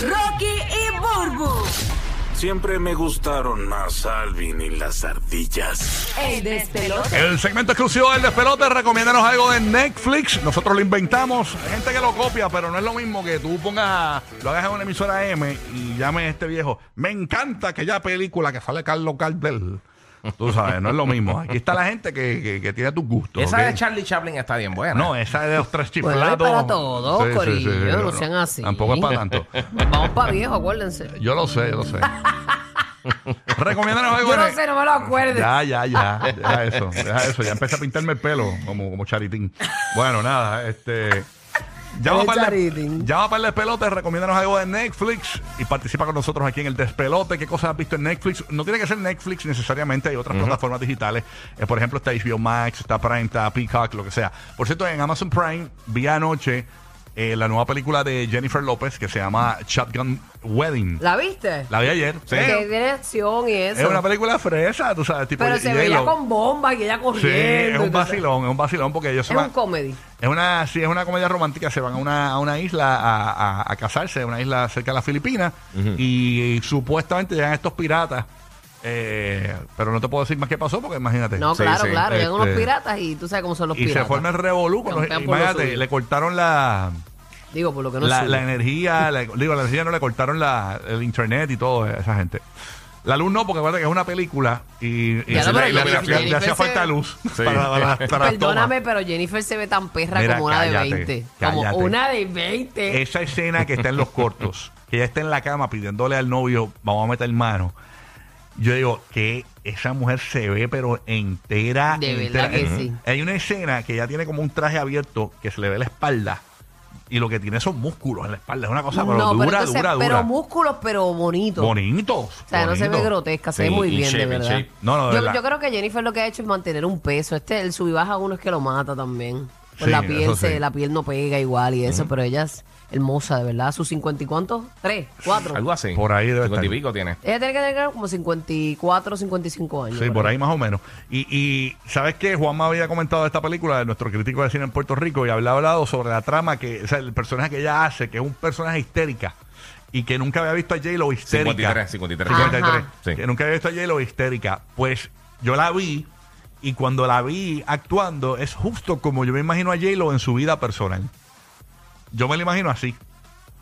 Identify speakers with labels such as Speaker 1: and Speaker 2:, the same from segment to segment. Speaker 1: Rocky y Burbu.
Speaker 2: Siempre me gustaron más Alvin y las ardillas.
Speaker 1: El despelote.
Speaker 3: El segmento exclusivo del despelote, recomiéndanos algo de Netflix. Nosotros lo inventamos. Hay gente que lo copia, pero no es lo mismo que tú pongas, lo hagas en una emisora M y llame a este viejo. Me encanta aquella película que sale Carlos Cardel. Tú sabes, no es lo mismo. Aquí está la gente que, que- que tiene tus gustos.
Speaker 4: Esa
Speaker 3: ¿ok?
Speaker 4: de Charlie Chaplin está bien buena.
Speaker 3: No, esa es de los tres
Speaker 5: Bueno,
Speaker 3: chiflados.
Speaker 5: Pues es para todos,
Speaker 3: Sí, sí, sí,
Speaker 5: corillo,
Speaker 3: sí,
Speaker 5: no
Speaker 3: no,
Speaker 5: sean así.
Speaker 3: Tampoco es para tanto.
Speaker 5: Pues Vamos para viejo, acuérdense.
Speaker 3: Yo lo sé, yo lo sé. recomiéndanos algo
Speaker 5: Yo
Speaker 3: de
Speaker 5: no sé, no me lo acuerdes.
Speaker 3: Ya, ya, ya. Deja eso, deja eso. Ya empecé a pintarme el pelo como, como charitín. Bueno, nada, este. Llama
Speaker 5: Eres
Speaker 3: para
Speaker 5: charitín.
Speaker 3: el despelote, recomiéndanos algo de Netflix y participa con nosotros aquí en el despelote. ¿Qué cosas has visto en Netflix? No tiene que ser Netflix necesariamente, hay otras plataformas digitales. Eh, por ejemplo, está HBO Max, está Prime, está Peacock, lo que sea. Por cierto, en Amazon Prime vi anoche eh, la nueva película de Jennifer López que se llama Shotgun Wedding.
Speaker 5: ¿La viste?
Speaker 3: La vi ayer. Sí.
Speaker 5: Que tiene acción y
Speaker 3: Es
Speaker 5: eso.
Speaker 3: una película fresa, tú sabes, tipo
Speaker 5: Pero
Speaker 3: y-
Speaker 5: se
Speaker 3: y
Speaker 5: veía
Speaker 3: J-Lo.
Speaker 5: con bombas y ella
Speaker 3: Sí,
Speaker 5: corriendo.
Speaker 3: es un
Speaker 5: y todo.
Speaker 3: vacilón, es un vacilón porque ellos
Speaker 5: Es
Speaker 3: se van-
Speaker 5: un comedy.
Speaker 3: es una, sí, es una comedia romántica, se van a una, a una isla a, a- a casarse, a una isla cerca de las Filipinas, y, supuestamente llegan estos piratas, eh, pero no te puedo decir más qué pasó porque imagínate.
Speaker 5: No,
Speaker 3: Sí,
Speaker 5: claro,
Speaker 3: sí,
Speaker 5: claro. Llegan unos
Speaker 3: este,
Speaker 5: piratas y tú sabes cómo son los
Speaker 3: Y
Speaker 5: piratas.
Speaker 3: se forma el revolú, con los-
Speaker 5: Campean por lo
Speaker 3: imagínate,
Speaker 5: suyo.
Speaker 3: le cortaron la,
Speaker 5: Digo, por lo que no
Speaker 3: la,
Speaker 5: sé.
Speaker 3: la energía, la- digo, la energía no le cortaron la, el internet y todo a esa gente. La luz no, porque acuérdate que es una película y, y
Speaker 5: Ya
Speaker 3: le-
Speaker 5: lo, pero
Speaker 3: le,
Speaker 5: Jennifer-
Speaker 3: hacía- le hacía
Speaker 5: Jennifer
Speaker 3: falta
Speaker 5: se-
Speaker 3: luz para, para- para las tomas.
Speaker 5: Perdóname, pero Jennifer se ve tan perra
Speaker 3: Mira,
Speaker 5: como una
Speaker 3: cállate,
Speaker 5: de 20. Como
Speaker 3: cállate.
Speaker 5: una de 20.
Speaker 3: esa escena que está en los cortos, que ella está en la cama pidiéndole al novio, vamos a meter mano. Yo digo que esa mujer se ve, pero entera.
Speaker 5: De verdad
Speaker 3: entera.
Speaker 5: que
Speaker 3: Eh,
Speaker 5: sí.
Speaker 3: Hay una escena que ella tiene como un traje abierto que se le ve la espalda. Y lo que tiene son músculos en la espalda. Es una cosa, pero
Speaker 5: no,
Speaker 3: dura,
Speaker 5: pero, entonces,
Speaker 3: dura, dura.
Speaker 5: pero músculos, pero bonitos.
Speaker 3: Bonitos.
Speaker 5: O sea, no se ve
Speaker 3: bonitos.
Speaker 5: grotesca, se ve
Speaker 6: Sí,
Speaker 5: muy
Speaker 6: in
Speaker 5: bien, de
Speaker 6: shape, in
Speaker 5: verdad.
Speaker 6: shape.
Speaker 3: No, no, de
Speaker 5: yo,
Speaker 3: verdad.
Speaker 5: yo creo que Jennifer lo que ha hecho es mantener un peso. Este, el sub y baja uno es que lo mata también. Pues
Speaker 3: Sí,
Speaker 5: la piel
Speaker 3: eso
Speaker 5: se,
Speaker 3: sí.
Speaker 5: la piel no pega igual y eso, pero ella es hermosa, de verdad. ¿Sus 50 y cuántos? ¿Tres? ¿Cuatro?
Speaker 4: Algo así.
Speaker 3: Por ahí debe
Speaker 4: Cincuenta y
Speaker 3: estar.
Speaker 4: pico tiene.
Speaker 5: Ella tiene que tener como 54, 55 años.
Speaker 3: Sí, por ahí más o menos. Y, y sabes que Juanma había comentado de esta película, de nuestro crítico de cine en Puerto Rico, y había hablado sobre la trama, que, o sea, el personaje que ella hace, que es un personaje histérica, y que nunca había visto a J-Lo histérica.
Speaker 4: 53, 53.
Speaker 3: 53.
Speaker 5: Ajá.
Speaker 4: Sí.
Speaker 3: Que nunca había visto a J-Lo histérica. Pues yo la vi, y cuando la vi actuando, es justo como yo me imagino a J-Lo en su vida personal. Yo me la imagino así.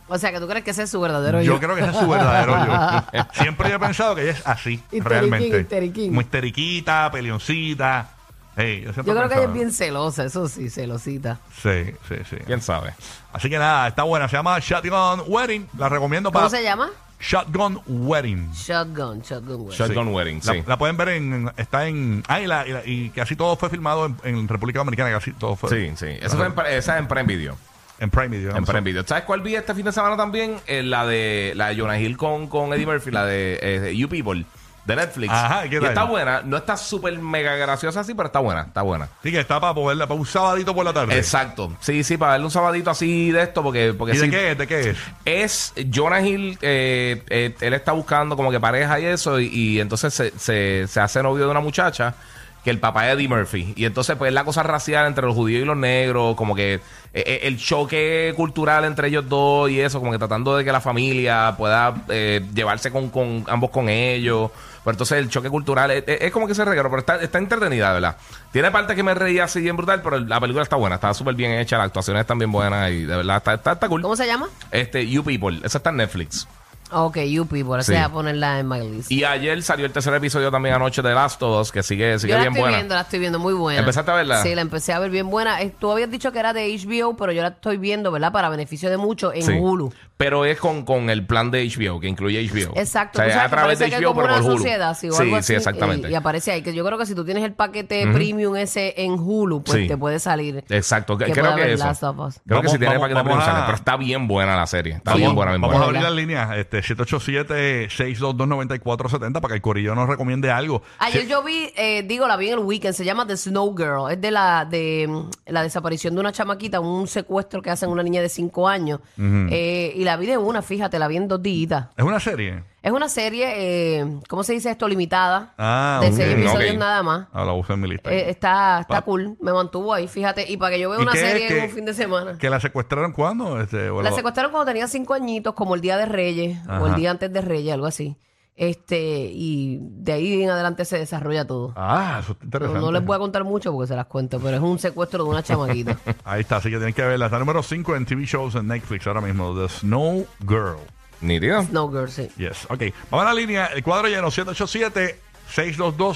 Speaker 5: O sea, que tú crees que ese es su verdadero
Speaker 3: Yo creo que ese es su verdadero yo. Siempre yo he pensado que ella es así,
Speaker 5: Histeriquín,
Speaker 3: realmente.
Speaker 5: histeriquín.
Speaker 3: Muy histeriquita, peleoncita. Sí, yo siempre
Speaker 5: Yo creo que ella es
Speaker 3: pensaba.
Speaker 5: bien celosa, eso sí, celosita.
Speaker 3: Sí, sí, sí.
Speaker 4: ¿Quién sabe?
Speaker 3: Así que nada, está buena. Se llama Shotgun Wedding. La recomiendo
Speaker 5: ¿Cómo
Speaker 3: para.
Speaker 5: se llama?
Speaker 3: Shotgun Wedding.
Speaker 5: Shotgun, Shotgun Wedding.
Speaker 4: Shotgun Wedding,
Speaker 3: La,
Speaker 4: sí.
Speaker 3: la pueden ver en. Está en. Ah, y, la- y la- y casi todo fue filmado en, en República Dominicana. Casi todo fue.
Speaker 4: Sí, sí. Eso fue en, pre- esa es en Prime Video.
Speaker 3: En Prime Video.
Speaker 4: En Prime Video. ¿Sabes cuál vi este fin de semana también? Eh, la de la de Jonah Hill con, con Eddie Murphy, la de, eh, de You People, de Netflix.
Speaker 3: Ajá, ¿qué
Speaker 4: y
Speaker 3: tal?
Speaker 4: está buena. No está súper mega graciosa así, pero está buena, está buena.
Speaker 3: Sí, que está para poderla, para un sabadito por la tarde.
Speaker 4: Exacto. Sí, sí, para darle un sabadito así de esto, porque, porque
Speaker 3: ¿Y de
Speaker 4: sí-
Speaker 3: qué es? ¿De qué es?
Speaker 4: Es Jonah Hill, eh, eh, él está buscando como que pareja y eso, y, y entonces se, se- se hace novio de una muchacha que el papá es Eddie Murphy. Y entonces, pues, la cosa racial entre los judíos y los negros, como que eh, eh, el choque cultural entre ellos dos y eso, como que tratando de que la familia pueda eh, llevarse con, con ambos con ellos. Pero entonces el choque cultural es, es- es como que se reguero, pero está, está entretenida, ¿verdad? Tiene partes que me reía así bien brutal, pero la película está buena, está súper bien hecha, las actuaciones están bien buenas y de verdad está, está, está cool.
Speaker 5: ¿Cómo se llama?
Speaker 4: Este, You People, esa está en Netflix.
Speaker 5: Ok, Yupi, por eso
Speaker 4: Sí.
Speaker 5: voy a ponerla en my list.
Speaker 4: Y ayer salió el tercer episodio también anoche de Last of Us, que sigue, sigue
Speaker 5: yo la
Speaker 4: bien
Speaker 5: estoy
Speaker 4: buena.
Speaker 5: viendo, la estoy viendo muy buena.
Speaker 4: ¿Empezaste a verla?
Speaker 5: Sí, la empecé a ver bien buena. Eh, Tú habías dicho que era de HBO, pero yo la estoy viendo, ¿verdad? Para beneficio de muchos en
Speaker 4: Sí.
Speaker 5: Hulu.
Speaker 4: Pero es con, con el plan de HBO, que incluye HBO.
Speaker 5: Exacto.
Speaker 4: O sea,
Speaker 5: tú
Speaker 4: es
Speaker 5: sabes
Speaker 4: a
Speaker 5: que
Speaker 4: través
Speaker 5: parece
Speaker 4: de
Speaker 5: que hay
Speaker 4: HBO,
Speaker 5: como
Speaker 4: pero
Speaker 5: una
Speaker 4: por Hulu.
Speaker 5: sociedad, sí, o
Speaker 4: sí,
Speaker 5: algo
Speaker 4: sí,
Speaker 5: así,
Speaker 4: exactamente.
Speaker 5: Y, y aparece ahí. Que yo creo que si tú tienes el paquete premium ese en Hulu, pues
Speaker 4: Sí.
Speaker 5: te puede salir.
Speaker 4: Exacto, que-
Speaker 5: que
Speaker 4: creo
Speaker 5: pueda
Speaker 4: que
Speaker 5: ver
Speaker 4: eso.
Speaker 5: Last of Us.
Speaker 4: Creo que
Speaker 3: Vamos-
Speaker 4: si tiene
Speaker 3: vamos-
Speaker 4: para que
Speaker 3: vamos a-
Speaker 4: pero está bien buena la serie. Está
Speaker 5: Sí.
Speaker 4: bien buena, bien
Speaker 3: Vamos a
Speaker 4: buena.
Speaker 3: abrir las líneas, este, 787-622-9470 para que el corillo nos recomiende algo.
Speaker 5: Ayer
Speaker 3: Sí.
Speaker 5: yo vi, eh, digo, la vi en el weekend, se llama The Snow Girl. Es de la de mm, la desaparición de una chamaquita, un secuestro que hacen a una niña de 5 años. Eh, y la vi de una, fíjate, la vi en dos días.
Speaker 3: Es una serie.
Speaker 5: Es una serie, eh, ¿cómo se dice esto? Limitada.
Speaker 3: Ah,
Speaker 5: de
Speaker 3: ok.
Speaker 5: seis episodios
Speaker 4: Ok.
Speaker 5: nada más.
Speaker 3: Ah, la puse en mi lista.
Speaker 5: Eh, está está
Speaker 3: Pa-
Speaker 5: cool, me mantuvo ahí, fíjate. Y para que yo vea
Speaker 3: ¿Y
Speaker 5: una
Speaker 3: qué-
Speaker 5: serie
Speaker 3: qué-
Speaker 5: en un fin de semana.
Speaker 3: ¿Que la secuestraron cuándo? Este, o
Speaker 5: La
Speaker 3: lo-
Speaker 5: secuestraron cuando tenía cinco añitos, como el día de Reyes, o el
Speaker 3: Ajá.
Speaker 5: día antes de Reyes, algo así. Este, y de ahí en adelante se desarrolla todo.
Speaker 3: Ah, eso está
Speaker 5: No-
Speaker 3: interesante.
Speaker 5: No les voy a contar mucho porque se las cuento, pero es un secuestro de una chamaquita.
Speaker 3: Ahí está, así que tienen que verla. Está número 5 en TV shows en Netflix ahora mismo. The Snow Girl.
Speaker 4: Nítido.
Speaker 5: No, girl, sí.
Speaker 3: Yes. Ok. Vamos a la línea. El cuadro lleno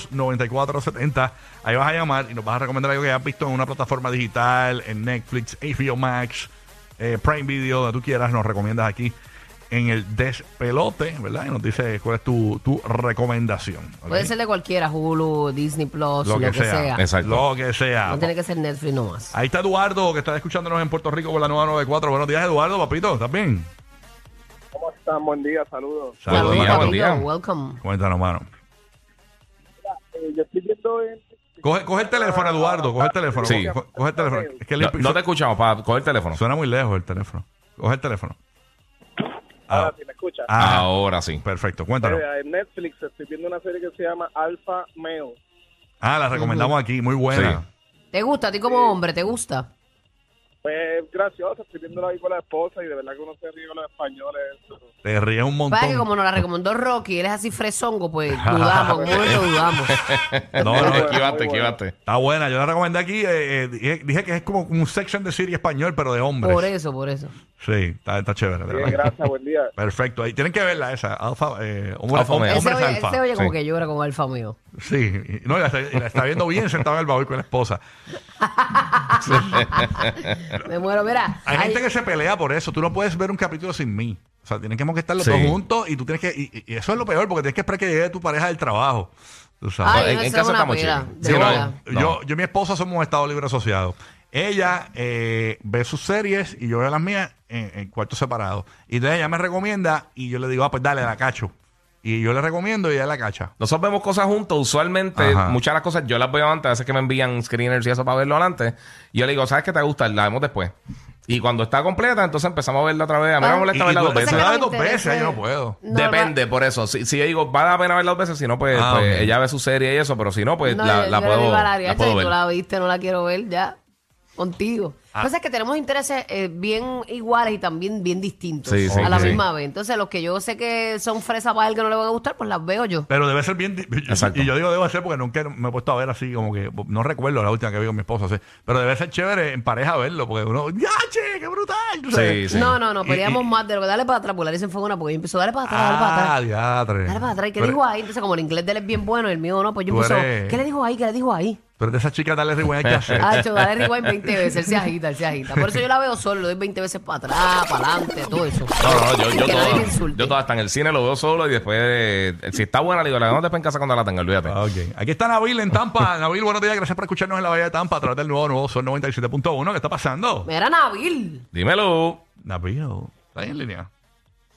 Speaker 3: 787-622-9470. Ahí vas a llamar y nos vas a recomendar algo que hayas visto en una plataforma digital, en Netflix, HBO Max, eh, Prime Video, donde tú quieras. Nos recomiendas aquí en el despelote, ¿verdad? Y nos dice cuál es tu, tu recomendación. ¿ok?
Speaker 5: Puede ser de cualquiera, Hulu, Disney Plus, lo, que, sea.
Speaker 4: Exacto.
Speaker 3: Lo que sea.
Speaker 5: No tiene que ser Netflix nomás.
Speaker 3: Ahí está Eduardo, que está escuchándonos en Puerto Rico por la 994. Buenos días, Eduardo, papito. ¿Estás bien?
Speaker 6: ¿Cómo están? Buen día, saludos.
Speaker 4: Buen día,
Speaker 5: Saludos,
Speaker 4: buen
Speaker 5: papito.
Speaker 4: día.
Speaker 5: Welcome.
Speaker 3: Cuéntanos, mano.
Speaker 6: Eh, yo estoy viendo en... Ah,
Speaker 3: Coge, coge el teléfono, Eduardo. Coge el teléfono.
Speaker 4: Sí.
Speaker 3: Co- co- Coge el teléfono. Es que el-
Speaker 4: No, no te escuchamos, para coger el teléfono.
Speaker 3: Suena muy lejos el teléfono. Coge el teléfono.
Speaker 6: Ahora sí, ¿me escuchas?
Speaker 3: Ah,
Speaker 4: Ahora sí.
Speaker 3: perfecto. Cuéntanos.
Speaker 6: Eh, en Netflix estoy viendo una serie que se llama Alpha Male.
Speaker 3: Ah, la recomendamos aquí. Muy buena.
Speaker 4: Sí.
Speaker 5: ¿Te gusta a ti como hombre? ¿Te gusta?
Speaker 6: Pues graciosa, estoy viendo la con la esposa y de verdad que uno se ríe con los españoles. eso.
Speaker 3: Te ríes un
Speaker 5: Para que
Speaker 3: montón.
Speaker 5: como nos la recomendó Rocky, él es así fresongo, pues dudamos, en un momento dudamos.
Speaker 3: No, no, está-
Speaker 6: Muy buena,
Speaker 4: Esquivate,
Speaker 6: muy
Speaker 4: esquivate.
Speaker 3: está buena. Yo la recomendé aquí. eh, eh, dije, dije que es como un section de serie español, pero de hombres.
Speaker 5: Por eso, por eso.
Speaker 3: Sí, está, está chévere. de
Speaker 6: buena.
Speaker 3: verdad.
Speaker 6: Bien, Eh, gracias, buen día.
Speaker 3: Perfecto. Ahí tienen que verla esa. Alfa, eh, hombres-
Speaker 4: Alfa male.
Speaker 5: Él se
Speaker 3: hombres
Speaker 5: oye, él
Speaker 3: alfa.
Speaker 5: se oye como
Speaker 4: Sí.
Speaker 5: que llora con alfa mío.
Speaker 3: Sí, y- no, y la está, y la está viendo bien sentada en el baúl con la esposa.
Speaker 5: Me muero, mira.
Speaker 3: Hay
Speaker 5: hay-
Speaker 3: gente que se pelea por eso. Tú no puedes ver un capítulo sin mí. O sea, tienen que conquistar los
Speaker 4: Sí.
Speaker 3: dos juntos y tú tienes que. Y, y- y eso es lo peor, porque tienes que esperar que llegue tu pareja del trabajo. Tú sabes.
Speaker 5: Ay,
Speaker 4: en-
Speaker 5: no,
Speaker 4: en
Speaker 5: eso
Speaker 4: casa
Speaker 5: es una
Speaker 4: estamos
Speaker 5: pera,
Speaker 4: chill.
Speaker 5: de
Speaker 4: Sí, no,
Speaker 5: verdad.
Speaker 4: no.
Speaker 3: Yo, yo y mi esposa somos un Estado Libre Asociado. Ella eh, ve sus series y yo veo las mías en, en cuartos separados. Y entonces ella me recomienda y yo le digo, ah, pues dale, la cacho. Y yo le recomiendo y ella la cacha.
Speaker 4: Nosotros vemos cosas juntos, usualmente
Speaker 3: Ajá.
Speaker 4: muchas de las cosas yo las veo antes, a veces que me envían screeners y eso para verlo antes. Y yo le digo, ¿sabes qué te gusta? La vemos después. Y cuando está completa, entonces empezamos a verla otra vez. A mí no
Speaker 5: Ah.
Speaker 4: me
Speaker 3: Y,
Speaker 4: molesta verla
Speaker 3: y
Speaker 4: dos
Speaker 3: tú-
Speaker 4: veces.
Speaker 3: tú la ves
Speaker 5: no
Speaker 3: dos
Speaker 5: me
Speaker 3: veces,
Speaker 5: interesa.
Speaker 3: yo no puedo.
Speaker 5: No,
Speaker 4: Depende, por eso. Si, si yo digo, vale la pena verla dos veces, si no, pues,
Speaker 3: Ah,
Speaker 4: pues,
Speaker 3: ok.
Speaker 4: ella ve su serie y eso, pero si no, pues
Speaker 5: No,
Speaker 4: la,
Speaker 5: yo-
Speaker 4: la
Speaker 5: yo le
Speaker 4: puedo,
Speaker 5: digo a "Este la
Speaker 4: la
Speaker 5: Ariadna,
Speaker 4: puedo
Speaker 5: si
Speaker 4: ver. Ah.
Speaker 5: Tú la viste, no la quiero ver ya. Contigo. Entonces es que tenemos intereses eh, bien iguales y también bien distintos
Speaker 4: Sí, sí,
Speaker 5: a la
Speaker 4: sí.
Speaker 5: misma vez. Entonces, los que yo sé que son fresas para él que no le van a gustar, pues las veo yo.
Speaker 3: Pero debe ser bien. di-
Speaker 4: Exacto.
Speaker 3: Y yo digo debe ser porque nunca me he puesto a ver así, como que no recuerdo la última que vi con mi esposa. así. Pero debe ser chévere en pareja verlo, porque uno, ¡ya, che! ¡Qué brutal! Tú
Speaker 4: Sí,
Speaker 3: sabes.
Speaker 4: sí.
Speaker 5: No, no, no,
Speaker 3: Y-
Speaker 5: peleamos
Speaker 3: y-
Speaker 5: más de lo que dale para atrás, porque Larry se enfocó una, porque yo empiezo dale para atrás, dale para atrás.
Speaker 3: Ah, diadre.
Speaker 5: Dale para atrás. ¿Y qué
Speaker 3: Pero-
Speaker 5: dijo ahí? Entonces, como el inglés de él es bien bueno y el mío no, pues yo
Speaker 3: Tú
Speaker 5: empiezo.
Speaker 3: eres-
Speaker 5: ¿Qué le dijo ahí? ¿Qué le dijo ahí?
Speaker 3: Pero de esa chica dale rewind hay que hacer.
Speaker 5: Ah, yo dale rewind 20 veces. Él se agita, él se agita. Por eso yo la veo solo, le doy 20 veces para atrás, para adelante, todo eso.
Speaker 4: No, no, no, yo,
Speaker 5: Sin
Speaker 4: yo,
Speaker 5: que nadie me
Speaker 4: todas-
Speaker 5: insulte.
Speaker 4: yo todas hasta en el cine lo veo solo y después, eh, si está buena, le digo, la vemos después en casa cuando la tenga, olvídate.
Speaker 3: Ah, ok. Aquí está Nabil en Tampa. Nabil, buenos días. Gracias por escucharnos en la Bahía de Tampa a través del nuevo, nuevo Sol 97.1. ¿Qué está pasando?
Speaker 5: Mira, Nabil.
Speaker 4: Dímelo.
Speaker 3: Nabil, ¿está ahí en línea?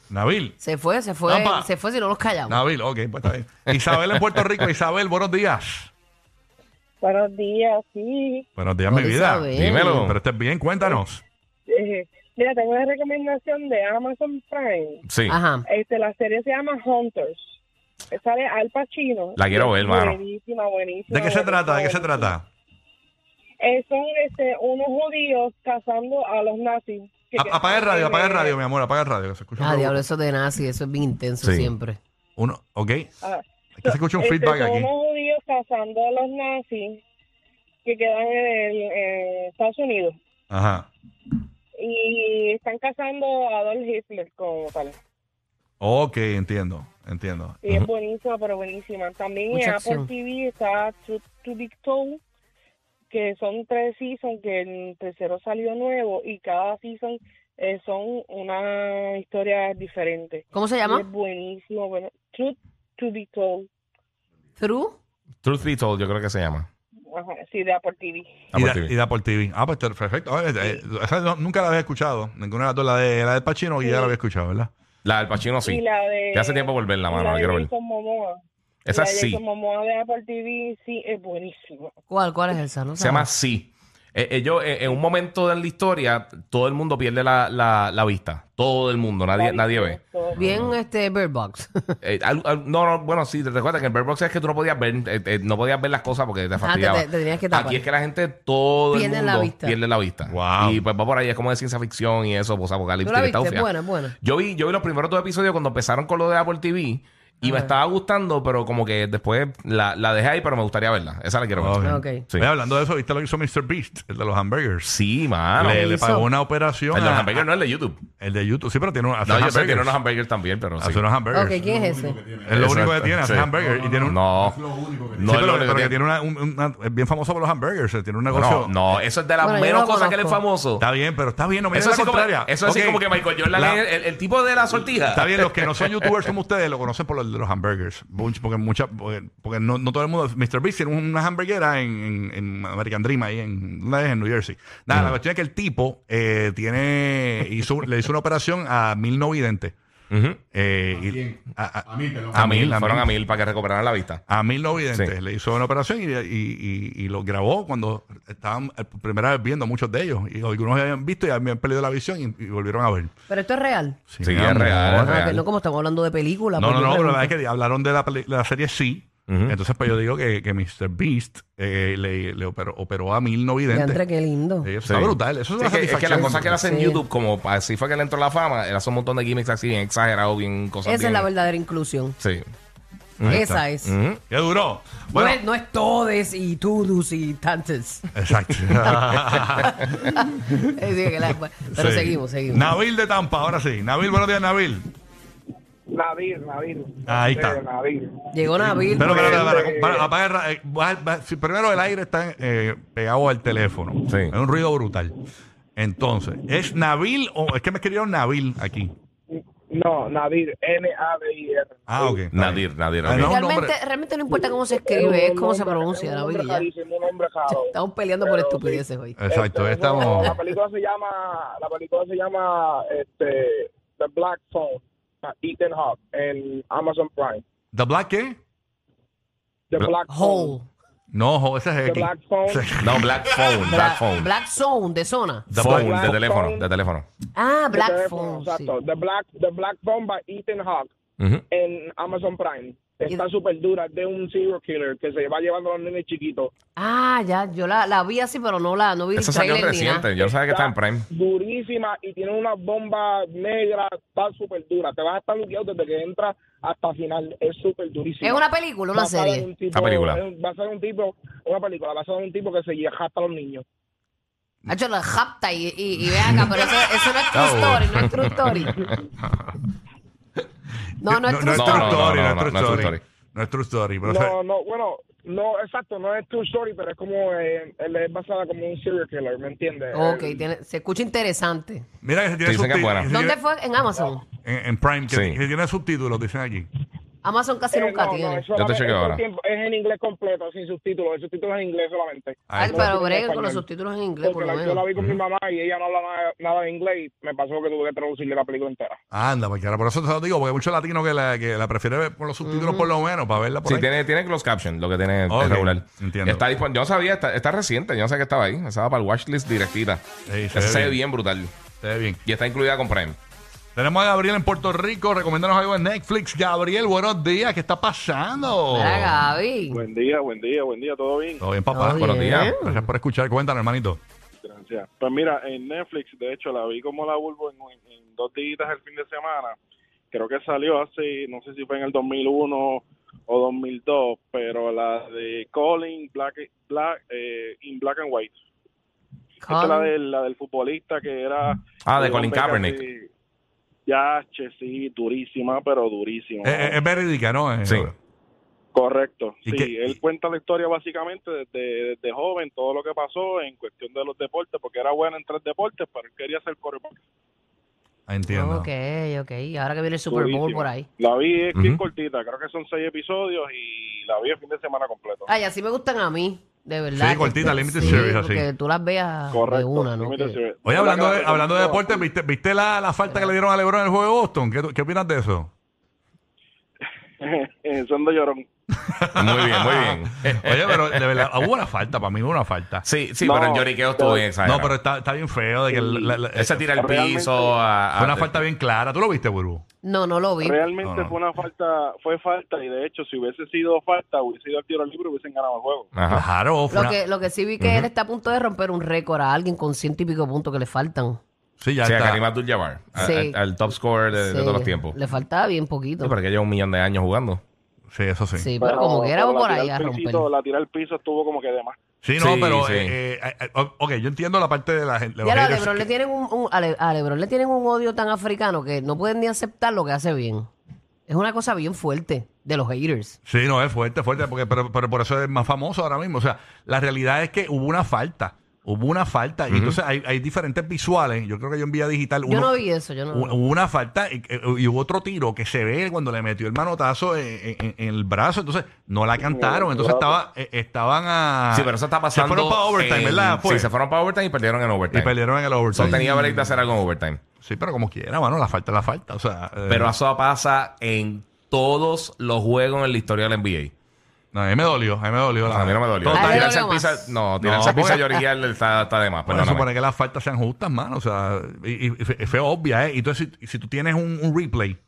Speaker 3: Nabil.
Speaker 5: Se fue, se fue,
Speaker 3: Tampa.
Speaker 5: se fue si no los callamos.
Speaker 3: Nabil, ok, pues está bien. Isabel en Puerto Rico. Isabel, buenos días.
Speaker 7: Buenos días, sí.
Speaker 3: Buenos días, mi
Speaker 5: Hola,
Speaker 3: vida.
Speaker 5: Isabel.
Speaker 4: Dímelo.
Speaker 3: Pero estés bien, cuéntanos.
Speaker 7: Eh, mira, tengo una recomendación de Amazon Prime.
Speaker 4: Sí.
Speaker 5: Ajá.
Speaker 7: Este, la serie se llama Hunters. Sale Al Pacino.
Speaker 4: La quiero ver, mano.
Speaker 7: Buenísima, buenísima.
Speaker 3: ¿De qué se
Speaker 7: buenísima,
Speaker 3: trata? ¿De qué se
Speaker 7: buenísima.
Speaker 3: trata?
Speaker 7: Eh, son este, unos judíos cazando a los nazis. que- Este,
Speaker 3: A- Apaga el radio, apaga el radio, mi amor, apaga el radio. que Se escucha un
Speaker 5: Ah,
Speaker 3: rebu-
Speaker 5: diablo, eso de nazi, eso es bien intenso
Speaker 4: Sí.
Speaker 5: siempre.
Speaker 3: Uno, ok. Es
Speaker 7: Ah,
Speaker 3: que se escucha un
Speaker 7: este,
Speaker 3: feedback
Speaker 7: son
Speaker 3: aquí.
Speaker 7: unos judíos cazando a los nazis que quedan en, el, en Estados Unidos.
Speaker 3: Ajá.
Speaker 7: Y están cazando a Adolf Hitler como tal.
Speaker 3: Ok, entiendo, entiendo.
Speaker 7: Y es buenísima, pero buenísima. También
Speaker 5: Mucha
Speaker 7: en
Speaker 5: acción.
Speaker 7: Apple TV está True to Big Toe, que son tres seasons, que el tercero salió nuevo y cada season eh, son una historia diferente.
Speaker 5: ¿Cómo se
Speaker 7: Y
Speaker 5: llama?
Speaker 7: es buenísimo. Bueno, Truth to Be Told.
Speaker 5: True.
Speaker 4: Truth be told, yo creo que se llama.
Speaker 7: Ajá, sí, de Apple TV.
Speaker 3: Y
Speaker 4: Apple
Speaker 3: da,
Speaker 4: TV.
Speaker 3: y da por TV. Ah, pues está perfecto. Ah, eh, eh, esa no- nunca la había escuchado. Ninguna de las dos, la de la del Pachino, y ya la había escuchado, ¿verdad?
Speaker 4: La del Pachino, sí.
Speaker 7: Y la de.
Speaker 4: Ya hace tiempo por verla, mano,
Speaker 7: y
Speaker 4: la
Speaker 7: La
Speaker 4: quiero
Speaker 7: de
Speaker 4: ver.
Speaker 7: Jason Momoa.
Speaker 4: Esa
Speaker 7: la de
Speaker 4: sí.
Speaker 7: Jason Momoa de Apple TV, sí, es buenísima.
Speaker 5: ¿Cuál? ¿Cuál es esa? No
Speaker 4: Se llama
Speaker 5: sabemos.
Speaker 4: Sí. Eh, ellos, eh, en un momento de la historia, todo el mundo pierde la, la- la vista. Todo el mundo, nadie,
Speaker 7: La
Speaker 4: nadie ve.
Speaker 7: viste, todo.
Speaker 5: Bien, este, Bird Box.
Speaker 4: Eh, al- al- no, no, bueno, sí, te recuerdas que en Bird Box es que tú no podías ver, eh, eh, no podías ver las cosas porque te
Speaker 5: te-
Speaker 4: fastidiaba.
Speaker 5: te tenías que tapar.
Speaker 4: Aquí es que la gente, todo el
Speaker 5: Pierde
Speaker 4: mundo
Speaker 5: la vista.
Speaker 4: pierde la vista.
Speaker 3: Wow.
Speaker 4: Y pues va por ahí, es como de ciencia ficción y eso, pues
Speaker 5: ¿Tú
Speaker 4: apocalíptica.
Speaker 5: la
Speaker 4: y está
Speaker 5: viste?
Speaker 4: ufia.
Speaker 5: Buena, buena.
Speaker 4: Yo vi, yo vi los primeros dos episodios cuando empezaron con lo de Apple TV y me estaba gustando, pero como que después la, la dejé ahí, pero me gustaría verla. Esa la quiero ver.
Speaker 3: Ok.
Speaker 5: Ok.
Speaker 4: Ah, Sí.
Speaker 3: Oye, hablando de eso, ¿viste lo que hizo Mr. Beast? El de los hamburgers.
Speaker 4: Sí, mano.
Speaker 3: le,
Speaker 4: el
Speaker 3: le
Speaker 5: hizo?
Speaker 3: pagó una operación.
Speaker 4: de los
Speaker 3: a-
Speaker 4: hamburgers no es Ah, el de YouTube.
Speaker 3: el de YouTube. Sí, pero tiene un, hace
Speaker 4: No, yo sé,
Speaker 3: hamburgers.
Speaker 4: tiene unos hamburgers también, pero sí.
Speaker 3: Hace unos hamburgers.
Speaker 5: Ok, ¿quién es ese?
Speaker 3: Es lo único que
Speaker 4: Exacto,
Speaker 3: tiene, hace
Speaker 4: sí.
Speaker 3: hamburgers. y tiene un,
Speaker 4: No,
Speaker 3: Sí,
Speaker 4: no es
Speaker 3: pero,
Speaker 4: lo único
Speaker 3: pero
Speaker 4: que
Speaker 3: que
Speaker 4: tiene.
Speaker 3: tiene una, un- una- es bien famoso por los hamburgers. eh, Tiene un negocio.
Speaker 4: No, no, eso es de las
Speaker 5: Bueno, yo
Speaker 4: menos
Speaker 5: lo
Speaker 4: cosas que él es
Speaker 5: conozco.
Speaker 4: famoso.
Speaker 3: Está bien, pero está bien, no me
Speaker 4: Eso
Speaker 3: digas
Speaker 4: es
Speaker 3: Pues la
Speaker 4: así como,
Speaker 3: contraria.
Speaker 4: eso es así
Speaker 3: Ok.
Speaker 4: como que Michael Jordan
Speaker 3: La-
Speaker 4: es el, el tipo de la sortija.
Speaker 3: Está bien, los que no son youtubers como ustedes lo conocen por los, los hamburgers. Mucho- Porque, mucha, porque, porque no, no todo el mundo. Mr. Beast tiene una hamburguera en, en, en American Dream, ahí en, ¿dónde es? en New Jersey. Nada, la cuestión es que el tipo eh, tiene hizo, le hizo una operación a mil no videntes.
Speaker 4: Ujú.
Speaker 3: Eh, y- a, a-
Speaker 4: A mil, fueron a mil para que recuperaran la vista.
Speaker 3: a mil no videntes.
Speaker 4: Sí.
Speaker 3: este, Le hizo una operación y, y, y, y los grabó cuando estaban eh, por primera vez viendo muchos de ellos. Y algunos habían visto y habían perdido la visión y, y volvieron a ver.
Speaker 5: Pero esto es real.
Speaker 4: Sí, es
Speaker 3: amor.
Speaker 4: real, es
Speaker 5: Ah,
Speaker 4: real.
Speaker 5: que no como estamos hablando de películas.
Speaker 3: No,
Speaker 5: pues
Speaker 3: no,
Speaker 5: yo
Speaker 3: no, pero la
Speaker 5: pregunto.
Speaker 3: verdad es que hablaron de la, peli- la serie sí. Entonces, pues yo digo que, que Mr. Beast eh, le, le operó, operó a mil no
Speaker 5: Ya,
Speaker 3: videntes.
Speaker 5: entre, qué lindo.
Speaker 3: Sí, eso
Speaker 4: Sí.
Speaker 3: Está brutal. Eso es
Speaker 4: Sí,
Speaker 3: una
Speaker 4: que- es que,
Speaker 3: satisfacción.
Speaker 4: las cosas que él hace en
Speaker 5: Sí.
Speaker 4: YouTube, como pa- así fue que le entró la fama, él hace un montón de gimmicks así bien exagerados, bien cosas
Speaker 5: Esa es
Speaker 4: bien-
Speaker 5: la verdadera inclusión.
Speaker 4: Sí.
Speaker 5: Esa es.
Speaker 4: Ujú.
Speaker 3: Qué duro.
Speaker 5: No
Speaker 3: Mm. Bueno,
Speaker 5: es, no es todes y tudus y tantes.
Speaker 3: exacto.
Speaker 5: Es decir, que la- pero
Speaker 3: Sí.
Speaker 5: seguimos, seguimos.
Speaker 3: Nabil de Tampa, ahora sí. Nabil, buenos días, Nabil.
Speaker 6: Nadir, Nadir.
Speaker 3: Ahí está.
Speaker 6: Eh, Nadir.
Speaker 5: Llegó Nabil.
Speaker 3: Pero, pero,
Speaker 5: porque-
Speaker 6: Pues,
Speaker 3: pero, pero, para- apaga el ra- eh, baja- baja- si primero el aire está eh, pegado al teléfono.
Speaker 4: Sí.
Speaker 3: Es un ruido brutal. Entonces, ¿es Nabil o es que me escribieron Nabil aquí?
Speaker 6: No, Nadir, N-A-D-I-R.
Speaker 3: Ah, ok.
Speaker 4: Uh, Nadir, Nadir,
Speaker 3: Ah,
Speaker 4: ok.
Speaker 3: no, un
Speaker 5: realmente,
Speaker 3: nombre-
Speaker 5: realmente no importa cómo se escribe, es cómo se pronuncia,
Speaker 6: la
Speaker 5: Nabil. y ya. Estamos peleando por estupideces hoy.
Speaker 3: Exacto,
Speaker 6: Este,
Speaker 3: estamos.
Speaker 6: La película se llama, la película se llama este, The Black Phone, Ethan Hawke, en Amazon Prime.
Speaker 3: ¿The Black qué?
Speaker 6: The
Speaker 4: Bla-
Speaker 6: Black Phone.
Speaker 5: Hole.
Speaker 3: No, jo, ese es
Speaker 6: The
Speaker 3: X.
Speaker 6: Black Phone.
Speaker 4: No, Black Phone, Black Phone.
Speaker 5: Black Zone, de zona.
Speaker 3: The
Speaker 4: phone,
Speaker 3: Black
Speaker 4: de
Speaker 6: Phone.
Speaker 4: teléfono, de teléfono.
Speaker 5: Ah,
Speaker 6: The
Speaker 5: Black
Speaker 6: teléfono,
Speaker 5: Phone. sí.
Speaker 6: Exacto. The Black, The Black Phone by Ethan Hawke
Speaker 4: Ujú.
Speaker 6: en Amazon Prime. Está
Speaker 5: Y-
Speaker 6: súper dura, es de un serial killer que se va llevando a los nenes chiquitos.
Speaker 5: Ah, ya, yo la, la vi así, pero no la no vi el
Speaker 4: Esa salió
Speaker 5: trailer ni nada.
Speaker 4: reciente, yo no sabía que estaba en Prime.
Speaker 6: Durísima y tiene una bomba negra, está súper dura. Te vas a estar luqueado desde que entras hasta el final. Es súper durísima.
Speaker 5: ¿Es una película o una
Speaker 6: Basada en
Speaker 5: serie?
Speaker 6: un tipo-
Speaker 4: Una película.
Speaker 6: es un- basada en un tipo, una película, basada en un tipo que se lleva hasta los niños.
Speaker 5: Ha hecho la japta y, y, y ve acá, pero eso, eso no es true story, no es true story. No, no es true
Speaker 4: no,
Speaker 5: story.
Speaker 4: no,
Speaker 3: story,
Speaker 4: no,
Speaker 3: no
Speaker 4: no,
Speaker 3: es true
Speaker 4: no es true
Speaker 3: story.
Speaker 4: story.
Speaker 3: No es true story. pero, o sea,
Speaker 6: No, no, bueno, no, exacto, no es true story, pero es como, eh, él es basada como un serial killer, ¿me entiendes?
Speaker 5: Ok,
Speaker 6: Eh,
Speaker 5: tiene, se escucha interesante.
Speaker 3: Mira que se tiene
Speaker 4: Dicen que es buena.
Speaker 3: subtítulos.
Speaker 5: ¿Dónde fue? En Amazon.
Speaker 3: En, en Prime, que,
Speaker 4: Sí.
Speaker 3: que tiene subtítulos, dicen aquí.
Speaker 5: Amazon casi
Speaker 6: eh,
Speaker 5: nunca
Speaker 6: no, no,
Speaker 5: tiene.
Speaker 6: es solamente-
Speaker 4: chequeo
Speaker 6: es todo el
Speaker 4: ahora.
Speaker 6: tiempo- es en inglés completo, sin subtítulos, el subtítulo es en inglés solamente.
Speaker 3: Ahí
Speaker 5: Ay,
Speaker 3: está.
Speaker 5: pero breguen con los subtítulos en inglés, Ah, por
Speaker 6: Porque
Speaker 5: lo
Speaker 6: la, yo la
Speaker 5: menos.
Speaker 6: vi con mi mamá y ella no habla nada, nada de inglés y me pasó que tuve que traducirle la película entera.
Speaker 3: Anda, porque ahora por eso te lo digo, porque hay muchos latinos que la, que la prefieren ver por los subtítulos por lo menos, para verla por
Speaker 4: Sí,
Speaker 3: ahí.
Speaker 4: tiene, tiene closed caption, lo que tiene
Speaker 3: Ok,
Speaker 4: es regular.
Speaker 3: entiendo.
Speaker 4: Está disponible. Yo no sabía, está, está reciente, yo no sabía que estaba ahí. Estaba para el watchlist directita.
Speaker 3: Sí, se
Speaker 4: Esa
Speaker 3: ve
Speaker 4: se ve
Speaker 3: bien.
Speaker 4: bien brutal.
Speaker 3: Se ve bien.
Speaker 4: Y está incluida con Prime.
Speaker 3: Tenemos a Gabriel en Puerto Rico, recomiéndanos algo en Netflix. Gabriel, buenos días, ¿qué está pasando?
Speaker 5: Mira, Gaby.
Speaker 8: Buen día, buen día, buen día, todo bien.
Speaker 3: Todo bien, papá.
Speaker 5: Todo
Speaker 3: buenos
Speaker 5: bien.
Speaker 3: días. Gracias por escuchar. Cuéntanos, hermanito.
Speaker 8: Gracias. Pues mira, en Netflix, de hecho, la vi como la vulvo en, en- en dos días el fin de semana. Creo que salió hace, no sé si fue en el 2001 o 2002, pero la de Colin Black, Black eh, in Black and White. Esta es la del, la del futbolista que era.
Speaker 4: Ah, de
Speaker 8: que
Speaker 4: Colin
Speaker 8: era un
Speaker 4: Kaepernick.
Speaker 8: casi- Ya, che, sí, durísima, pero durísima.
Speaker 3: Eh, eh, es verídica, ¿no? Eh,
Speaker 4: Sí.
Speaker 8: Correcto.
Speaker 3: ¿Y
Speaker 8: Sí,
Speaker 3: qué-
Speaker 8: él cuenta la historia básicamente desde, desde joven, todo lo que pasó en cuestión de los deportes, porque era bueno en tres deportes, pero él quería ser corredor.
Speaker 3: ah, Entiendo.
Speaker 5: Ok, ok. Y ahora que viene el Super Bowl
Speaker 8: Durísimo.
Speaker 5: por ahí.
Speaker 8: La vi es
Speaker 4: Ujú.
Speaker 8: bien cortita, creo que son seis episodios y la vi el fin de semana completo.
Speaker 5: Ay, así me gustan a mí, de verdad.
Speaker 3: Sí, cortita,
Speaker 5: Que-
Speaker 3: limited
Speaker 5: sí,
Speaker 3: series, así.
Speaker 5: porque tú las veas de
Speaker 8: Correcto.
Speaker 5: una, ¿no?
Speaker 8: Limited
Speaker 5: Que-
Speaker 8: Series.
Speaker 3: Oye, hablando de,
Speaker 8: Era-
Speaker 3: hablando de deportes, ¿viste, viste la, la falta que le dieron a LeBron en el juego de Boston? ¿Qué, qué opinas de eso?
Speaker 8: Son de llorón.
Speaker 4: Muy bien, muy bien.
Speaker 3: Oye, pero de verdad, hubo una falta, para mí hubo una falta.
Speaker 4: Eh, Sí, sí,
Speaker 8: No,
Speaker 4: pero el lloriqueo estuvo
Speaker 8: no.
Speaker 4: bien, ¿sabes?
Speaker 3: No, pero está, está bien feo. De que el- la- la-
Speaker 4: Ese tira el
Speaker 8: Realmente-
Speaker 4: piso a, a-
Speaker 3: fue una falta bien clara. ¿Tú lo viste, Burbu?
Speaker 5: No, no lo vi.
Speaker 8: Realmente
Speaker 3: No, no.
Speaker 8: fue una falta, fue falta y de hecho si hubiese sido falta, hubiese sido el tiro libre, hubiesen ganado el juego.
Speaker 4: Ajá.
Speaker 3: Claro, fue
Speaker 5: Lo
Speaker 3: una-
Speaker 5: que, lo que sí vi que él está a punto de romper un récord a alguien con ciento y pico puntos que le faltan.
Speaker 3: Sí, ya
Speaker 4: Sí, a
Speaker 3: está.
Speaker 4: Karim Abdul-Jabbar, a-
Speaker 5: Sí.
Speaker 4: al, al top scorer de, de
Speaker 5: Sí,
Speaker 4: todos los tiempos.
Speaker 5: Le faltaba bien poquito.
Speaker 4: Sí, porque lleva un millón de años jugando.
Speaker 3: Sí, eso sí.
Speaker 5: Sí, pero, como quiera
Speaker 8: pero
Speaker 5: va por
Speaker 8: la
Speaker 5: ahí
Speaker 8: tirada
Speaker 5: a
Speaker 8: al
Speaker 5: romper.
Speaker 8: pisito, la tirada al piso estuvo como que de más.
Speaker 3: Sí, no,
Speaker 4: Sí,
Speaker 3: pero.
Speaker 4: sí.
Speaker 3: eh, eh, eh, ok, yo entiendo la parte de la gente. de los
Speaker 5: Ya a
Speaker 3: haters
Speaker 5: Lebron, le
Speaker 3: que-
Speaker 5: tienen un, un- a Le- a LeBron le tienen un odio tan africano que no pueden ni aceptar lo que hace bien. Es una cosa bien fuerte de los haters.
Speaker 3: Sí, no, es fuerte, fuerte, porque, pero, pero por eso es más famoso ahora mismo. O sea, la realidad es que hubo una falta. Hubo una falta. Y entonces hay, hay diferentes visuales. Yo creo que yo en vía digital.
Speaker 5: yo
Speaker 3: uno-
Speaker 5: no vi eso, yo no
Speaker 3: Hubo hubo una falta y, eh, y hubo otro tiro que se ve cuando le metió el manotazo en, en- en el brazo. Entonces, no la cantaron. Entonces, estaba, eh, estaban a.
Speaker 4: Sí, pero eso está pasando.
Speaker 3: Se fueron para overtime,
Speaker 4: en-
Speaker 3: ¿verdad? Fue.
Speaker 4: Sí, se fueron para overtime y perdieron en
Speaker 3: y
Speaker 4: overtime.
Speaker 3: perdieron en el
Speaker 4: So,
Speaker 3: overtime.
Speaker 4: tenía break de hacer algo en overtime.
Speaker 3: Sí, pero como quiera, mano, la falta es la falta. O sea, eh,
Speaker 4: Pero eso pasa en todos los juegos en la historia del NBA.
Speaker 3: no, a mí me dolió, a mí me dolió. la-
Speaker 4: a mí no me dolió.
Speaker 3: Total,
Speaker 5: A mí me
Speaker 4: Tirarse
Speaker 5: dolió
Speaker 4: al piso-
Speaker 5: más.
Speaker 4: no,
Speaker 3: No, pues.
Speaker 4: tirarse al piso
Speaker 3: porque-
Speaker 4: y lloriquear está, está de más. pues,
Speaker 3: Bueno, se
Speaker 4: perdóname.
Speaker 3: pues, supone que las faltas sean justas, mano. O sea, y, y fe- fue obvia, ¿eh? Y entonces, si, si tú tienes un, un replay,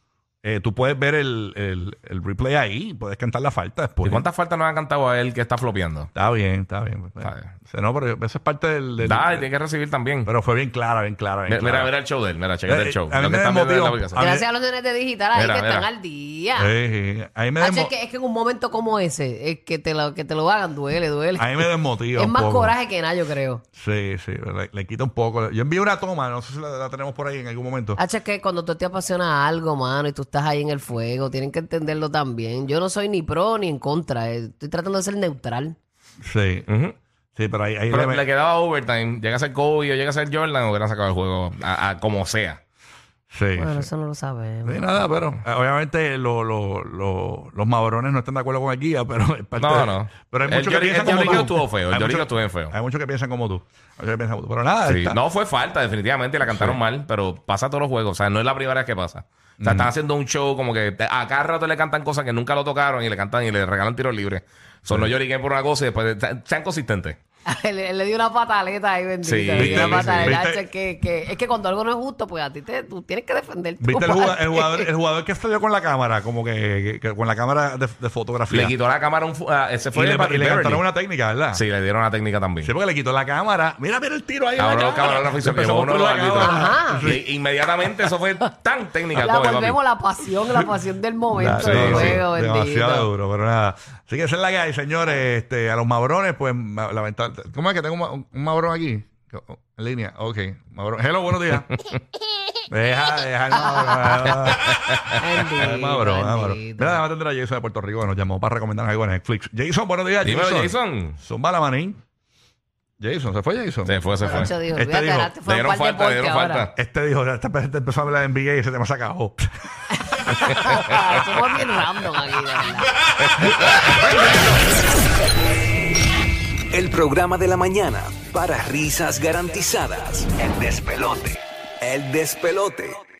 Speaker 3: eh, tú puedes ver el, el- el replay ahí, puedes cantar la falta después.
Speaker 4: ¿Y cuántas faltas nos han cantado a él que está flopeando?
Speaker 3: Está bien, está bien.
Speaker 4: Está bien.
Speaker 3: O sea, no, pero eso es parte del. del-
Speaker 4: Dale, tiene que recibir también.
Speaker 3: Pero fue bien clara, bien clara. Bien
Speaker 4: Mira,
Speaker 3: clara.
Speaker 4: mira, mira el show de él, mira, chequete
Speaker 3: Eh,
Speaker 4: el show.
Speaker 3: a mí
Speaker 4: Lo que
Speaker 3: me
Speaker 4: están viendo en la
Speaker 3: desmotivó.
Speaker 4: aplicación.
Speaker 3: A mí-
Speaker 5: Gracias a los nenes de digital ahí
Speaker 4: Mira,
Speaker 5: que están
Speaker 4: mira.
Speaker 5: al día.
Speaker 3: Sí, sí. ahí me,
Speaker 5: Hacho,
Speaker 3: desmo-
Speaker 5: es, que, es que en un momento como ese, es que te lo, que te lo hagan, duele, duele.
Speaker 3: ahí me desmotiva.
Speaker 5: es
Speaker 3: un
Speaker 5: más
Speaker 3: poco.
Speaker 5: coraje que nada, yo creo.
Speaker 3: Sí, sí, le, le quita un poco. Yo envié una toma, no sé si la, la tenemos por ahí en algún momento.
Speaker 5: Hacho, es que cuando tú te apasiona algo, mano, y tú estás ahí en el fuego, tienen que entenderlo también. Yo no soy ni pro ni en contra. eh. Estoy tratando de ser neutral.
Speaker 3: Sí,
Speaker 4: Ujú.
Speaker 3: sí, pero ahí, ahí
Speaker 4: Pero
Speaker 3: le-
Speaker 4: le quedaba overtime. Llega a ser Kobe o llega a ser Jordan o hubieran sacado el juego a, a como sea.
Speaker 3: Sí,
Speaker 5: Bueno,
Speaker 3: sí.
Speaker 5: eso no lo sabemos.
Speaker 3: Sí, nada, pero eh, obviamente lo- lo- lo- los mabrones no están de acuerdo con el guía, pero es parte
Speaker 4: No,
Speaker 3: de-
Speaker 4: no.
Speaker 3: Pero hay
Speaker 4: El
Speaker 3: muchos que
Speaker 4: llori-
Speaker 3: piensan
Speaker 4: el
Speaker 3: como tú.
Speaker 4: lloriqueo estuvo feo, el
Speaker 3: Hay muchos-
Speaker 4: lloriqueo estuvo bien feo.
Speaker 3: Hay muchos que piensan como tú. Hay muchos que piensan como tú. Pero nada,
Speaker 4: Sí.
Speaker 3: está.
Speaker 4: No fue falta, definitivamente. La cantaron mal, pero pasa a todos los juegos. O sea, no es la primera vez que pasa. O sea, están haciendo un show como que a cada rato le cantan cosas que nunca lo tocaron y le cantan y le regalan tiros libres. Son no lloriquen por una cosa y después se- sean consistentes.
Speaker 5: Él, él le dio una pataleta ahí, bendita.
Speaker 4: Sí,
Speaker 5: le dio una
Speaker 4: viste,
Speaker 5: pataleta.
Speaker 3: viste.
Speaker 5: Hacho, es que, que- es que cuando algo no es justo, pues a ti te, tú tienes que defender. tu
Speaker 3: ¿Viste el jugador,
Speaker 5: parte.
Speaker 3: el, jugador, el jugador que salió con la cámara? Como que, que- que con la cámara de, de fotografía.
Speaker 4: Le quitó la cámara un fu- a- ese
Speaker 3: y
Speaker 4: fue
Speaker 3: le,
Speaker 4: el
Speaker 3: y
Speaker 4: Patrick
Speaker 3: le
Speaker 4: Beverly.
Speaker 3: cantaron una técnica, ¿verdad?
Speaker 4: Sí, le dieron una técnica también.
Speaker 3: Sí, porque le quitó la cámara. Mira, mira el tiro ahí. en
Speaker 4: Ahora
Speaker 3: la
Speaker 4: los
Speaker 3: cámara.
Speaker 4: camarógrafos se
Speaker 3: Empezó
Speaker 4: llevó
Speaker 3: por
Speaker 4: uno de los
Speaker 3: la
Speaker 4: árbitros.
Speaker 3: cámara.
Speaker 5: Ajá.
Speaker 4: Y- Inmediatamente eso fue tan técnica.
Speaker 5: La
Speaker 4: Kobe, papi.
Speaker 5: volvemos la pasión, la pasión del momento
Speaker 4: Sí,
Speaker 5: del
Speaker 4: sí.
Speaker 5: juego, bendito.
Speaker 3: demasiado duro, pero nada. Así que esa es la que hay, señores. Este, a los mabrones, pues, ma- lamentar. ¿Cómo es que tengo un, ma- un mabrón aquí? oh, En línea, ok. Mabrón. Hello, buenos días. deja, deja el mabrón.
Speaker 5: Bendito,
Speaker 3: Ay, mabrón, mabrón.
Speaker 5: bendito.
Speaker 3: Mira, además tendrá a Jason de Puerto Rico que nos llamó para recomendarnos algo en Netflix. Jason, buenos días,
Speaker 4: Dímelo,
Speaker 3: Jason.
Speaker 4: Jason.
Speaker 3: Zumba la manín. Jason, ¿se fue Jason?
Speaker 4: Se fue, se fue.
Speaker 5: Nacho dijo,
Speaker 3: Este
Speaker 5: "Olvídate,
Speaker 3: dijo,
Speaker 5: ahora te
Speaker 4: Le
Speaker 5: fue un
Speaker 4: dieron
Speaker 5: par de
Speaker 4: falta, le
Speaker 5: porque
Speaker 4: dieron
Speaker 5: ahora".
Speaker 4: falta.
Speaker 3: Este dijo, esta gente empezó a hablar de NBA y se te me sacado.
Speaker 5: Somos bien random aquí, de verdad.
Speaker 9: El programa de la mañana para risas garantizadas. El despelote. El despelote.